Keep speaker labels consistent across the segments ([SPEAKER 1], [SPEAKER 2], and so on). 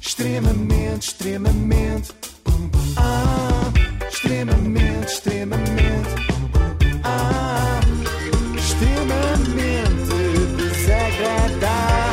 [SPEAKER 1] Extremamente, extremamente. Ah, extremamente, extremamente. Ah, extremamente desagradável.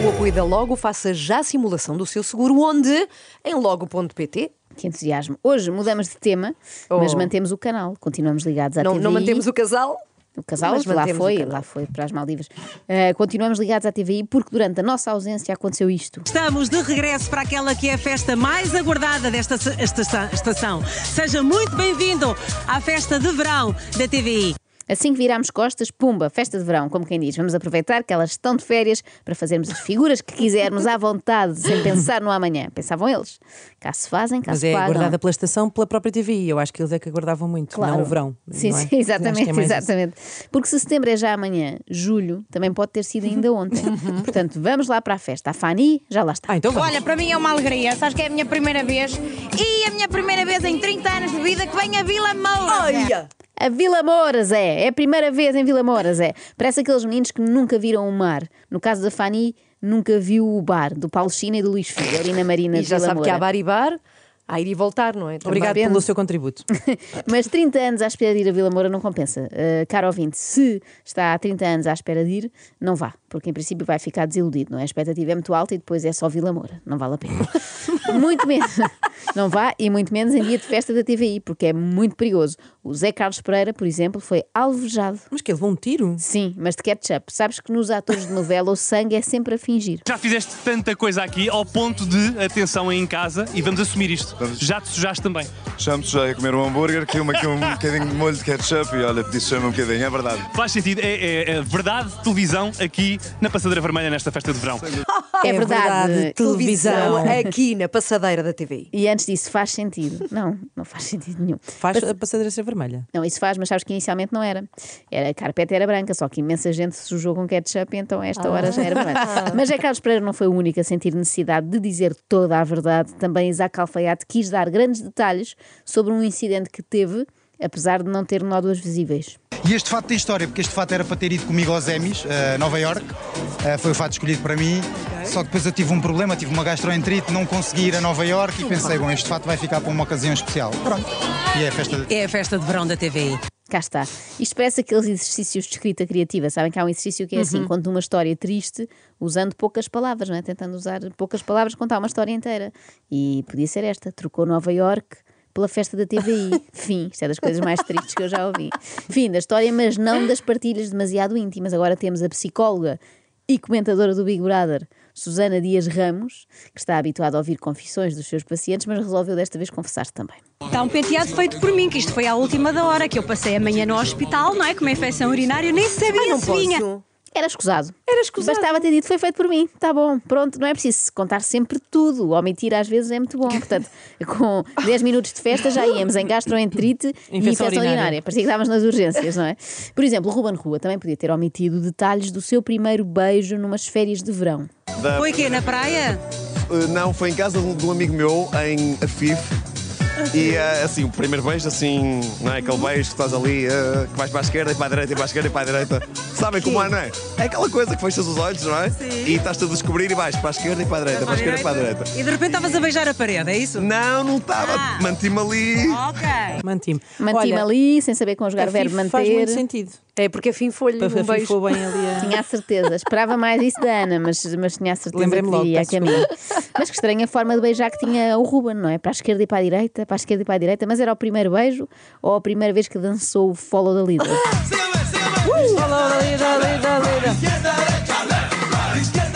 [SPEAKER 2] Com o apoio da Logo, faça já a simulação do seu seguro, onde? Em logo.pt.
[SPEAKER 3] Que entusiasmo. Hoje mudamos de tema, mas
[SPEAKER 2] Oh.
[SPEAKER 3] mantemos o canal. Continuamos ligados à
[SPEAKER 2] Não,
[SPEAKER 3] TVI.
[SPEAKER 2] não mantemos o casal?
[SPEAKER 3] O casal,
[SPEAKER 2] mas
[SPEAKER 3] lá
[SPEAKER 2] mantemos o
[SPEAKER 3] foi,
[SPEAKER 2] canal.
[SPEAKER 3] lá foi para as Maldivas. Eh, continuamos ligados à TVI porque durante a nossa ausência aconteceu isto.
[SPEAKER 4] Estamos de regresso para aquela que é a festa mais aguardada desta se- esta- estação. Seja muito bem-vindo à festa de verão da TVI.
[SPEAKER 3] Assim que virámos costas, pumba, festa de verão, como quem diz. Vamos aproveitar que elas estão de férias para fazermos as figuras que quisermos à vontade, sem pensar no amanhã. Pensavam eles. Cá se fazem, cá
[SPEAKER 5] Mas
[SPEAKER 3] se
[SPEAKER 5] é
[SPEAKER 3] pagam.
[SPEAKER 5] guardada pela estação, pela própria TVI. Eu acho que eles é que aguardavam muito, não o verão.
[SPEAKER 3] Sim,
[SPEAKER 5] não é?
[SPEAKER 3] sim,
[SPEAKER 5] Acho que é
[SPEAKER 3] exatamente,
[SPEAKER 5] mais isso.
[SPEAKER 3] exatamente. Porque se setembro é já amanhã, julho também pode ter sido ainda ontem. Portanto, vamos lá para a festa. A Fani já lá está.
[SPEAKER 5] Uhum. Ah, então vamos.
[SPEAKER 6] Olha, para mim é uma alegria, sabes que é a minha primeira vez e a minha primeira vez em 30 anos de vida que vem a Vila Moura.
[SPEAKER 7] É.
[SPEAKER 3] A Vila Mouras é, é a primeira vez em Vila Mouras é. Parece aqueles meninos que nunca viram o mar. No caso da Fani, nunca viu o bar do Paulo China e do Luís Filho, ali na Marina
[SPEAKER 2] E
[SPEAKER 3] de
[SPEAKER 2] já
[SPEAKER 3] Vila
[SPEAKER 2] sabe que
[SPEAKER 3] Moura.
[SPEAKER 2] há bar e bar, há ir e voltar, não é? Também.
[SPEAKER 5] Obrigado
[SPEAKER 3] Depende.
[SPEAKER 5] pelo seu contributo.
[SPEAKER 3] Mas 30 anos à espera de ir a Vila Moura não compensa. Uh, caro ouvinte, se está há 30 anos à espera de ir, não vá, porque em princípio vai ficar desiludido, não é? A expectativa é muito alta e depois é só Vila Moura, não vale a pena. muito menos, não vá, e muito menos em dia de festa da TVI, porque é muito perigoso. O Zé Carlos Pereira, por exemplo, foi alvejado.
[SPEAKER 5] Mas que levou um tiro?
[SPEAKER 3] Sim, mas de ketchup. Sabes que nos atores de novela o sangue é sempre a fingir.
[SPEAKER 8] Já fizeste tanta coisa aqui ao ponto de atenção aí em casa e vamos assumir isto.
[SPEAKER 9] Vamos.
[SPEAKER 8] Já te sujaste também.
[SPEAKER 9] Chamo-te já a comer um hambúrguer, que uma aqui um bocadinho de molho de ketchup e olha, pedi chama um bocadinho, é verdade.
[SPEAKER 8] Faz sentido, é, é- é verdade de televisão aqui na Passadeira Vermelha nesta festa de verão.
[SPEAKER 3] é verdade.
[SPEAKER 5] televisão.
[SPEAKER 2] Aqui na passadeira da TVI.
[SPEAKER 3] E antes disso, faz sentido. Não, não faz sentido nenhum.
[SPEAKER 5] Faz a passadeira ser vermelha.
[SPEAKER 3] Não, isso faz, mas sabes que inicialmente não era. era a carpeta era branca, só que imensa gente se sujou com ketchup, então a esta hora já era branca. mas é Carlos Pereira não foi o único a sentir necessidade de dizer toda a verdade. Também Isaac Alfaiate quis dar grandes detalhes sobre um incidente que teve, apesar de não ter nódoas visíveis.
[SPEAKER 10] E este fato tem história, porque este fato era para ter ido comigo aos Emmys, a Nova York. Eh, foi o fato escolhido para mim. Só que depois eu tive um problema, tive uma gastroenterite, não consegui ir a Nova York e pensei, bom, este fato vai ficar para uma ocasião especial. Pronto. E é a festa de...
[SPEAKER 4] É a festa de verão da TVI.
[SPEAKER 3] Cá está. Isto parece aqueles exercícios de escrita criativa. Sabem que há um exercício que é assim: conta uma história triste usando poucas palavras, não é? Tentando usar poucas palavras, contar uma história inteira. E podia ser esta: trocou Nova York pela festa da TVI. Fim. Isto é das coisas mais tristes que eu já ouvi. Fim da história, mas não das partilhas demasiado íntimas. Agora temos a psicóloga e comentadora do Big Brother, Susana Dias Ramos, que está habituada a ouvir confissões dos seus pacientes, mas resolveu desta vez confessar-se também.
[SPEAKER 11] Está um penteado feito por mim, que isto foi à última da hora, que eu passei amanhã no hospital, não é? Com uma infecção urinária, eu nem sabia
[SPEAKER 2] Ai, não
[SPEAKER 11] se vinha.
[SPEAKER 2] posso.
[SPEAKER 3] Era escusado.
[SPEAKER 2] Era escusado.
[SPEAKER 3] Bastava ter dito, foi feito por mim. Tá bom, pronto, não é preciso contar sempre tudo. Omitir às vezes é muito bom. Portanto, com 10 minutos de festa já íamos em gastroenterite e infecção
[SPEAKER 5] Infecção
[SPEAKER 3] urinária.
[SPEAKER 5] urinária.
[SPEAKER 3] Parecia que estávamos nas urgências, não é? Por exemplo, o Ruben Rua também podia ter omitido detalhes do seu primeiro beijo numas férias de verão.
[SPEAKER 4] Foi o quê? Na praia?
[SPEAKER 9] Uh, não, foi em casa de um- de um amigo meu, em Afif. E uh, assim, o primeiro beijo, assim, não é? Aquele beijo que estás ali, uh, que vais para a esquerda e para a direita e para a esquerda e para a direita. Sabem como é, não é? É aquela coisa que fechas os olhos, não é? E estás-te a descobrir e vais para a esquerda e para a direita, para a esquerda e para a direita.
[SPEAKER 4] E de repente estavas a beijar a parede, é isso?
[SPEAKER 9] Não, não estava.
[SPEAKER 4] Ah.
[SPEAKER 9] Manti-me ali.
[SPEAKER 4] Ok.
[SPEAKER 5] Mantive.
[SPEAKER 3] Mantive-me ali, sem saber conjugar o verbo
[SPEAKER 5] Faz muito
[SPEAKER 3] manter.
[SPEAKER 5] sentido.
[SPEAKER 2] É porque afim foi-lhe
[SPEAKER 5] Para
[SPEAKER 2] um beijo.
[SPEAKER 5] ficou bem ali a-
[SPEAKER 3] Tinha a certeza. Esperava mais isso da Ana, mas, mas tinha a certeza que
[SPEAKER 5] Lembrei-me logo,
[SPEAKER 3] viria a
[SPEAKER 5] peço
[SPEAKER 3] caminho. Mas que estranha forma de beijar que tinha o Ruben, não é? Para a esquerda e para a direita, para a esquerda e para a direita, mas era o primeiro beijo ou a primeira vez que dançou o follow da líder?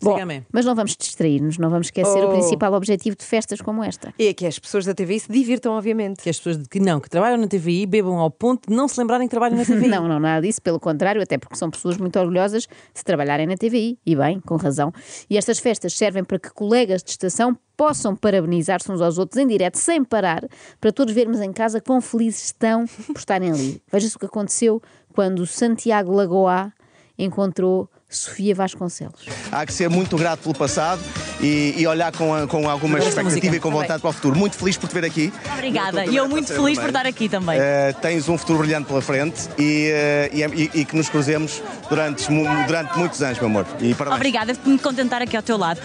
[SPEAKER 3] Bom,
[SPEAKER 5] amém.
[SPEAKER 3] mas não vamos distrair-nos, não vamos esquecer
[SPEAKER 2] Oh.
[SPEAKER 3] o principal objetivo de festas como esta.
[SPEAKER 2] E é que as pessoas da TVI se divirtam, obviamente.
[SPEAKER 5] Que as pessoas de- que não, que trabalham na TVI, bebam ao ponto de não se lembrarem que trabalham na TVI.
[SPEAKER 3] Não, não, nada disso, pelo contrário, até porque são pessoas muito orgulhosas de trabalharem na TVI, e bem, com razão. E estas festas servem para que colegas de estação possam parabenizar-se uns aos outros em direto, sem parar, para todos vermos em casa quão felizes estão por estarem ali. Veja-se o que aconteceu quando o Santiago Lagoa encontrou Sofia Vasconcelos.
[SPEAKER 9] Há que ser muito grato pelo passado e, e olhar com, a- com alguma
[SPEAKER 12] Adoro esta
[SPEAKER 9] expectativa
[SPEAKER 12] música.
[SPEAKER 9] e com vontade
[SPEAKER 12] Também.
[SPEAKER 9] para o futuro. Muito feliz por te ver aqui.
[SPEAKER 12] Obrigada.
[SPEAKER 9] Muito
[SPEAKER 12] E eu
[SPEAKER 9] obrigado
[SPEAKER 12] muito
[SPEAKER 9] você
[SPEAKER 12] feliz por
[SPEAKER 9] também.
[SPEAKER 12] estar aqui também.
[SPEAKER 9] Eh, tens um futuro brilhante pela frente e, eh, e- e- e que nos cruzemos durante, mu- durante muitos anos, meu amor. E parabéns.
[SPEAKER 12] Obrigada por me contentar aqui ao teu lado.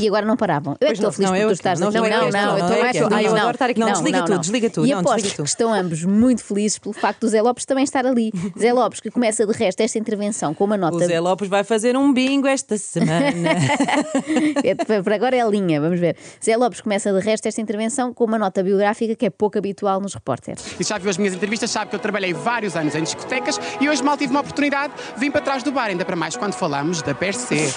[SPEAKER 3] E agora não paravam. Eu é que estou feliz
[SPEAKER 12] não,
[SPEAKER 3] por
[SPEAKER 12] eu é
[SPEAKER 3] tu
[SPEAKER 12] que
[SPEAKER 3] estares
[SPEAKER 12] não,
[SPEAKER 3] aqui.
[SPEAKER 12] não,
[SPEAKER 3] Não,
[SPEAKER 12] eu é
[SPEAKER 3] não,
[SPEAKER 12] que não,
[SPEAKER 3] não,
[SPEAKER 12] não,
[SPEAKER 3] eu
[SPEAKER 12] é que
[SPEAKER 3] estou
[SPEAKER 12] não.
[SPEAKER 3] feliz.
[SPEAKER 12] Ah, eu
[SPEAKER 3] não.
[SPEAKER 12] adoro estar aqui. Não,
[SPEAKER 3] Não,
[SPEAKER 12] desliga
[SPEAKER 3] não,
[SPEAKER 12] tu,
[SPEAKER 3] não.
[SPEAKER 12] desliga tu.
[SPEAKER 3] E
[SPEAKER 12] Não, desliga
[SPEAKER 3] aposto que estão ambos muito felizes pelo facto do Zé Lopes também estar ali. Zé Lopes, que começa de resto esta intervenção com uma nota.
[SPEAKER 5] O Zé Lopes vai fazer um bingo esta semana.
[SPEAKER 3] É, para- para agora é a linha, vamos ver. Zé Lopes começa de resto esta intervenção com uma nota biográfica que é pouco habitual nos repórteres.
[SPEAKER 13] E já viu as minhas entrevistas, sabe que eu trabalhei vários anos em discotecas e hoje mal tive uma oportunidade, vim para trás do bar, ainda para mais quando falamos da Percé.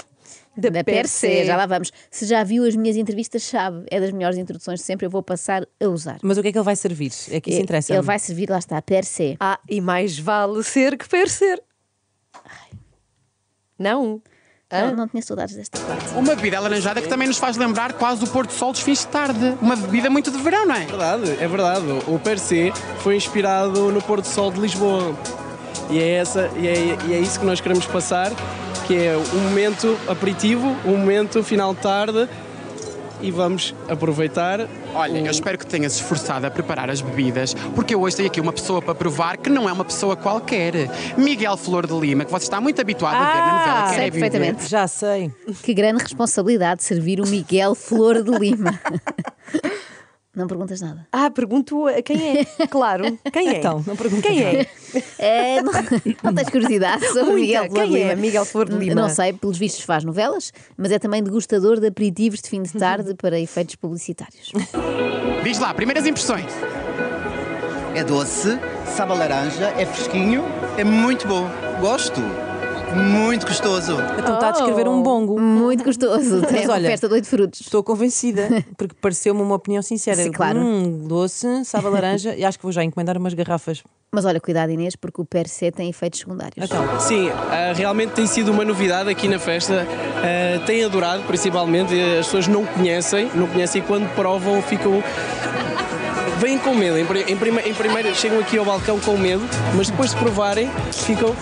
[SPEAKER 3] Da, per
[SPEAKER 13] per
[SPEAKER 3] se,
[SPEAKER 13] se.
[SPEAKER 3] já lá vamos. Se já viu as minhas entrevistas, sabe, é das melhores introduções de sempre, eu vou passar a usar.
[SPEAKER 5] Mas o que é que ele vai servir? É que isso
[SPEAKER 3] E-
[SPEAKER 5] interessa.
[SPEAKER 3] Ele vai servir, lá está, per se.
[SPEAKER 2] Ah, e mais vale ser que parecer. Não.
[SPEAKER 3] Não, não tinha saudades desta parte.
[SPEAKER 13] Uma bebida alaranjada que também nos faz lembrar quase o pôr do sol dos fins de tarde. Uma bebida muito de verão, não é?
[SPEAKER 14] verdade, é verdade. O Percé foi inspirado no Porto Sol de Lisboa. E é, essa, e, é, e é isso que nós queremos passar, que é um momento aperitivo, um momento final de tarde e vamos aproveitar.
[SPEAKER 13] Olha, eu espero que tenhas esforçado a preparar as bebidas, porque eu hoje tenho aqui uma pessoa para provar que não é uma pessoa qualquer. Miguel Flor de Lima, que você está muito habituado a ver na novela.
[SPEAKER 12] Ah,
[SPEAKER 13] Quer
[SPEAKER 3] sei
[SPEAKER 13] é viver.
[SPEAKER 3] Ah, perfeitamente. Já sei. Que grande responsabilidade servir o Miguel Flor de Lima. Não perguntas nada.
[SPEAKER 2] Ah, pergunto a quem é. Claro. Quem é?
[SPEAKER 3] Então, não perguntas
[SPEAKER 2] Quem é?
[SPEAKER 3] nada. É, não, não tens curiosidade sobre
[SPEAKER 2] Muita.
[SPEAKER 3] Miguel Flor de
[SPEAKER 2] Quem é
[SPEAKER 3] Lima?
[SPEAKER 2] Miguel Flor de Lima?
[SPEAKER 3] Não sei, pelos vistos faz novelas, mas é também degustador de aperitivos de fim de
[SPEAKER 2] Uhum.
[SPEAKER 3] tarde para efeitos publicitários.
[SPEAKER 13] Diz lá, primeiras impressões.
[SPEAKER 15] É doce, sabe a laranja, é fresquinho, é muito bom. Gosto. Muito gostoso.
[SPEAKER 5] Então está a descrever
[SPEAKER 16] Oh.
[SPEAKER 5] um bongo.
[SPEAKER 3] Muito gostoso. É uma festa de oito frutos.
[SPEAKER 5] Estou convencida, porque pareceu-me uma opinião sincera.
[SPEAKER 3] Sim, claro.
[SPEAKER 5] Hum, doce, sabe a laranja e acho que vou já encomendar umas garrafas.
[SPEAKER 3] Mas olha, cuidado Inês, porque o per se tem efeitos secundários.
[SPEAKER 2] Então,
[SPEAKER 5] Então,
[SPEAKER 14] Sim, ah, realmente tem sido uma novidade aqui na festa. Ah, Tem adorado, principalmente. As pessoas não conhecem, não conhecem e quando provam ficam. Vêm com medo. Em, pri- em prime- em primeiro chegam aqui ao balcão com medo, mas depois de provarem ficam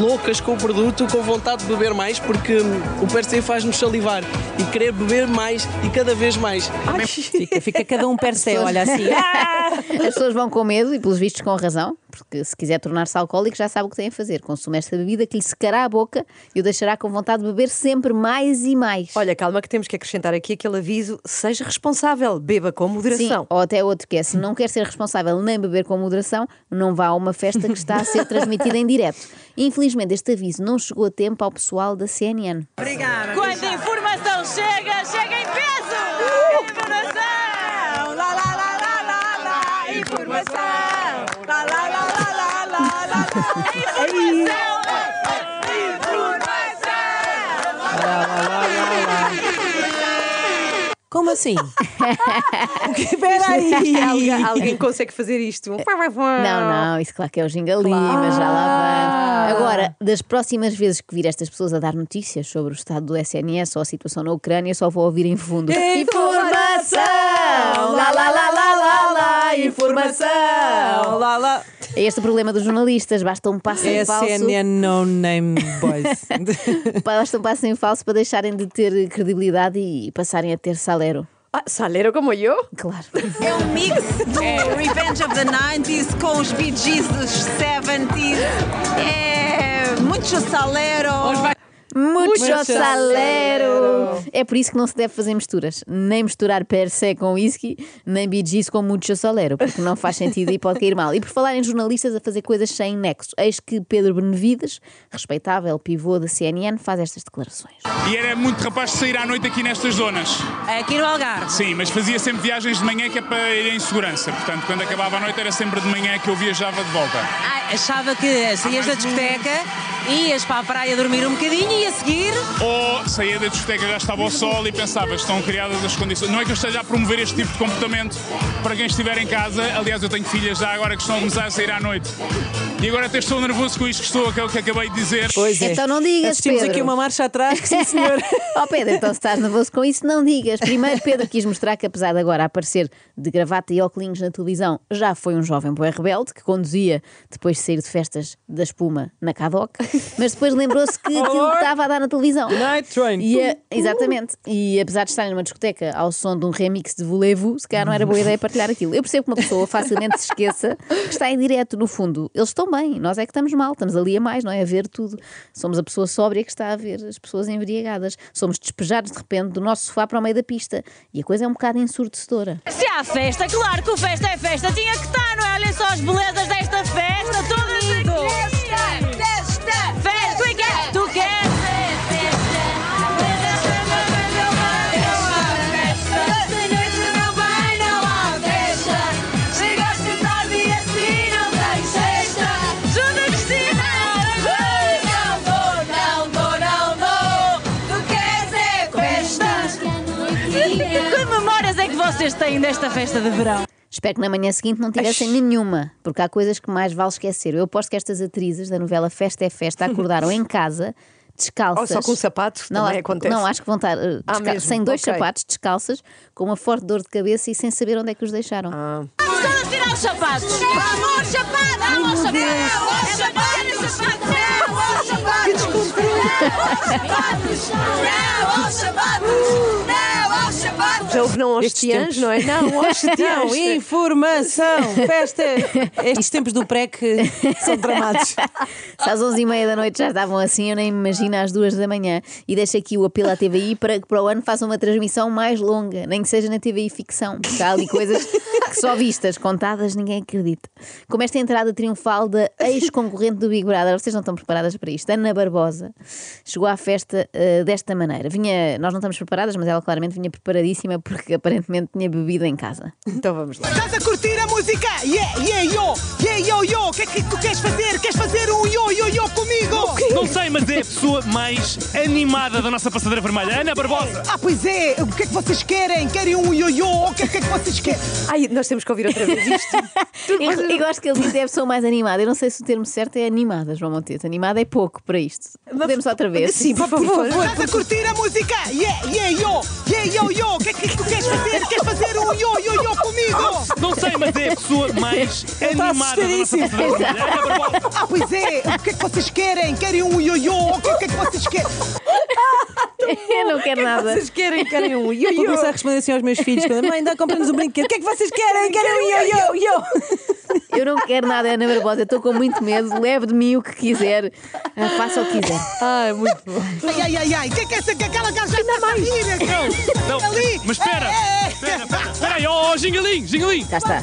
[SPEAKER 14] loucas com o produto, com vontade de beber mais, porque hum, o Percé faz-nos salivar e querer beber mais e cada vez mais.
[SPEAKER 5] fica, fica cada um Percé, olha assim.
[SPEAKER 3] As pessoas vão com medo e, pelos vistos, com razão, porque se quiser tornar-se alcoólico, já sabe o que tem a fazer. Consuma esta bebida que lhe secará a boca e o deixará com vontade de beber sempre mais e mais.
[SPEAKER 2] Olha, calma que temos que acrescentar aqui aquele aviso: seja responsável, beba com moderação.
[SPEAKER 3] Sim, ou até outro que é, se não quer ser responsável nem beber com moderação, não vá a uma festa que está a ser transmitida em direto. Infelizmente, este aviso não chegou a tempo ao pessoal da CNN.
[SPEAKER 7] Obrigada. Quando a informação chega, chega em peso! Informação! Lá, lá, lá, lá, lá, lá! Informação! Lá, lá, lá, lá, lá, lá, lá, lá! Informação!
[SPEAKER 5] Como assim?
[SPEAKER 2] Espera aí! alguém, alguém consegue fazer isto?
[SPEAKER 3] Não, não, isso claro que é o Gingalima, já lá vamos. Agora, das próximas vezes que vir estas pessoas a dar notícias sobre o estado do SNS ou a situação na Ucrânia, só vou ouvir em fundo.
[SPEAKER 7] Informação! Lá, lá, lá, lá, lá, lá! Informação!
[SPEAKER 5] Lá, lá!
[SPEAKER 3] É este o problema dos jornalistas, basta um passo
[SPEAKER 5] É
[SPEAKER 3] em falso.
[SPEAKER 5] CNN No Name Boys.
[SPEAKER 3] Basta um passo em falso para deixarem de ter credibilidade e passarem a ter salero.
[SPEAKER 2] Ah, salero como eu?
[SPEAKER 3] Claro.
[SPEAKER 16] É um mix do
[SPEAKER 5] É.
[SPEAKER 16] Revenge of the 90s com os Bee Gees dos 70s. É muito salero.
[SPEAKER 3] Muito
[SPEAKER 16] Muito
[SPEAKER 3] salero!
[SPEAKER 16] salero.
[SPEAKER 3] É por isso que não se deve fazer misturas. Nem misturar per se com whisky, nem BGs com muito salero, porque não faz sentido e pode cair mal. E por falar em jornalistas a fazer coisas sem nexo, eis que Pedro Benevides, respeitável pivô da CNN, faz estas declarações.
[SPEAKER 8] E era muito rapaz de sair à noite aqui nestas zonas.
[SPEAKER 16] Aqui no Algarve.
[SPEAKER 8] Sim, mas fazia sempre viagens de manhã que é para ir em segurança. Portanto, quando acabava a noite era sempre de manhã que eu viajava de volta.
[SPEAKER 16] Ah, achava que saías da discoteca, ias para a praia dormir um bocadinho e a seguir.
[SPEAKER 8] Ou saía da discoteca, já estava ao sol e pensava, estão criadas as condições. Não é que eu esteja a promover este tipo de comportamento para quem estiver em casa. Aliás, eu tenho filhas já agora que estão a começar a sair à noite. E agora até estou nervoso com isto que estou, que é o que acabei de dizer.
[SPEAKER 5] Pois é.
[SPEAKER 3] Então não digas,
[SPEAKER 5] Assistimos
[SPEAKER 3] Pedro.
[SPEAKER 5] aqui uma marcha atrás, que sim, senhor.
[SPEAKER 3] oh Pedro, então se estás nervoso com isso, não digas. Primeiro, Pedro quis mostrar que, apesar de agora aparecer de gravata e óculos na televisão, já foi um jovem boi rebelde que conduzia depois de sair de festas da espuma na Cadoc. mas depois lembrou-se que aquilo que estava a dar na televisão.
[SPEAKER 5] Night Train.
[SPEAKER 3] E, eh, exatamente. E apesar de estar numa discoteca ao som de um remix de Volevo, se calhar não era boa ideia partilhar aquilo. Eu percebo que uma pessoa facilmente se esqueça que está em direto, no fundo. Eles estão bem, nós é que estamos mal, estamos ali a mais, não é? A ver tudo. Somos a pessoa sóbria que está a ver as pessoas embriagadas. Somos despejados de repente do nosso sofá para o meio da pista. E a coisa é um bocado ensurdecedora.
[SPEAKER 7] Se há festa, claro que o festa é festa. Tinha que estar, não é? Olhem só as belezas desta festa. Todo lindo. Festa, festa, festa. Tu queres? Tu queres? Que memórias é que vocês têm desta festa de verão?
[SPEAKER 3] Espero que na manhã seguinte não tivessem nenhuma, porque há coisas que mais vale esquecer. Eu aposto que estas atrizes da novela Festa é Festa acordaram em casa. Descalças.
[SPEAKER 2] Ou só com um sapato,
[SPEAKER 3] não,
[SPEAKER 2] também
[SPEAKER 3] acho-
[SPEAKER 2] acontece.
[SPEAKER 3] Não, acho que vão estar eh,
[SPEAKER 2] Ah,
[SPEAKER 3] desca-
[SPEAKER 2] mesmo,
[SPEAKER 3] sem dois
[SPEAKER 2] ok.
[SPEAKER 3] sapatos, descalças, com uma forte dor de cabeça e sem saber onde é que os deixaram.
[SPEAKER 7] Vamos todas tirar os sapatos. Amor, chapada! Amor, chapada! Amor, chapada! Amor, chapada! Que descontrole! Não aos sapatos! Não aos sapatos!
[SPEAKER 2] Já houve não aos
[SPEAKER 5] Estes
[SPEAKER 2] tiãs,
[SPEAKER 5] tempos.
[SPEAKER 2] não é? Não, aos tiãs.
[SPEAKER 5] Não, informação, festa. Estes tempos do pré que são tramados.
[SPEAKER 3] Se às 11h30 da noite já estavam assim, eu nem me imagino às 2 da manhã. E deixo aqui o apelo à TVI para que para o ano façam uma transmissão mais longa, nem que seja na TVI ficção, porque há ali coisas que só vistas, contadas, ninguém acredita. Como esta entrada triunfal da ex-concorrente do Big Brother, vocês não estão preparadas para isto. Ana Barbosa chegou à festa eh, desta maneira. Vinha, nós não estamos preparadas, mas ela claramente vinha preparadíssima porque aparentemente tinha bebido em casa.
[SPEAKER 2] Então vamos lá.
[SPEAKER 17] Estás a curtir a música? Yeah, yeah, yo, yeah, yo, yo. O que é que tu queres fazer? Queres fazer um yo, yo, yo comigo?
[SPEAKER 8] Não sei, mas é a pessoa mais animada da nossa passadeira vermelha. Ana Barbosa.
[SPEAKER 17] Ah, pois é. O que é que vocês querem? Querem um yo, yo? O que é que é que vocês querem?
[SPEAKER 2] Ai, nós temos que ouvir outra vez isto.
[SPEAKER 3] Eu, eu acho que ele disse é a pessoa mais animada. Eu não sei se o termo certo é animada, João Montes. Animada é pouco para isto. Podemos outra vez.
[SPEAKER 2] Sim, por favor.
[SPEAKER 17] Estás a curtir a música? Yeah, yeah, yo, yeah, yo, yo. O que é que tu queres fazer? Queres fazer um yo, yo, yo comigo?
[SPEAKER 8] Não sei, mas é a pessoa mais
[SPEAKER 17] Ele tá
[SPEAKER 8] animada da nossa
[SPEAKER 17] assustadíssimo.
[SPEAKER 8] passadeira vermelha. Ana Barbosa.
[SPEAKER 17] Ah, pois é. O que é que vocês querem? Querem um yo-yo? O que é que é que vocês querem?
[SPEAKER 3] Eu não quero nada.
[SPEAKER 5] Vocês querem, querem um ioiô. Vou começar a responder assim aos meus filhos. Quando, Mãe, dá, compra-nos um brinquedo. O que é que vocês querem? Querem um ioiô, ioiô.
[SPEAKER 3] Eu não quero nada, Ana Barbosa. Eu Estou com muito medo. Leve de mim o que quiser. Ah, faça o que quiser.
[SPEAKER 5] Ai, muito bom.
[SPEAKER 17] Ai, ai, ai, ai. O que é que é essa, que aquela gaja está a
[SPEAKER 8] Não,
[SPEAKER 17] É Ali. é,
[SPEAKER 8] mas espera. Espera, espera. Espera aí, ó, oh, gingalinho, gingalinho. Já
[SPEAKER 3] está.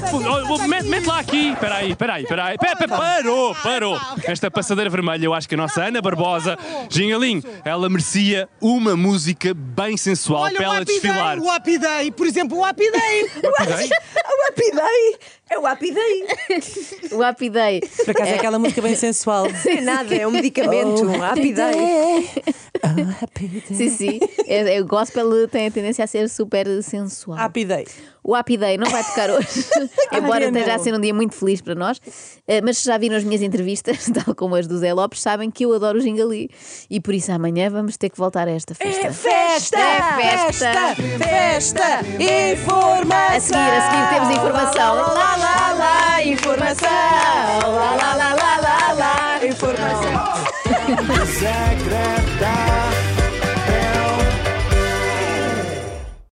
[SPEAKER 8] mete, mete lá aqui. Espera aí, espera aí, espera aí. Pe- pe- Parou,
[SPEAKER 17] Ah,
[SPEAKER 8] parou. Esta passadeira vermelha, eu acho que a nossa Ana Barbosa, gingalinho, ela merecia uma música bem sensual
[SPEAKER 17] Olha,
[SPEAKER 8] para
[SPEAKER 17] o
[SPEAKER 8] ela desfilar.
[SPEAKER 17] Apidei, o Apidei, por exemplo, o Apidei.
[SPEAKER 8] Apidei?
[SPEAKER 17] o Apidei. É o Apidei.
[SPEAKER 3] O Apidei.
[SPEAKER 5] Por acaso é aquela música bem sensual.
[SPEAKER 2] Sem nada, é um medicamento.
[SPEAKER 5] Oh,
[SPEAKER 2] Apidei.
[SPEAKER 3] Sim, sim. É- é- O gospel tem a tendência a ser super sensual.
[SPEAKER 5] Apidei.
[SPEAKER 3] O Apidei não vai tocar hoje, embora
[SPEAKER 5] Mariana.
[SPEAKER 3] esteja a ser um dia muito feliz para nós. Eh, Mas se já viram as minhas entrevistas, tal como as do Zé Lopes, sabem que eu adoro o Gingali. E por isso amanhã vamos ter que voltar a esta É festa.
[SPEAKER 5] Festa,
[SPEAKER 3] É festa.
[SPEAKER 5] festa, informação.
[SPEAKER 3] A seguir, a seguir temos informação. Lá, lá, lá, informação. Lá, lá, lá, lá, lá, lá, informação.
[SPEAKER 18] Zagredo.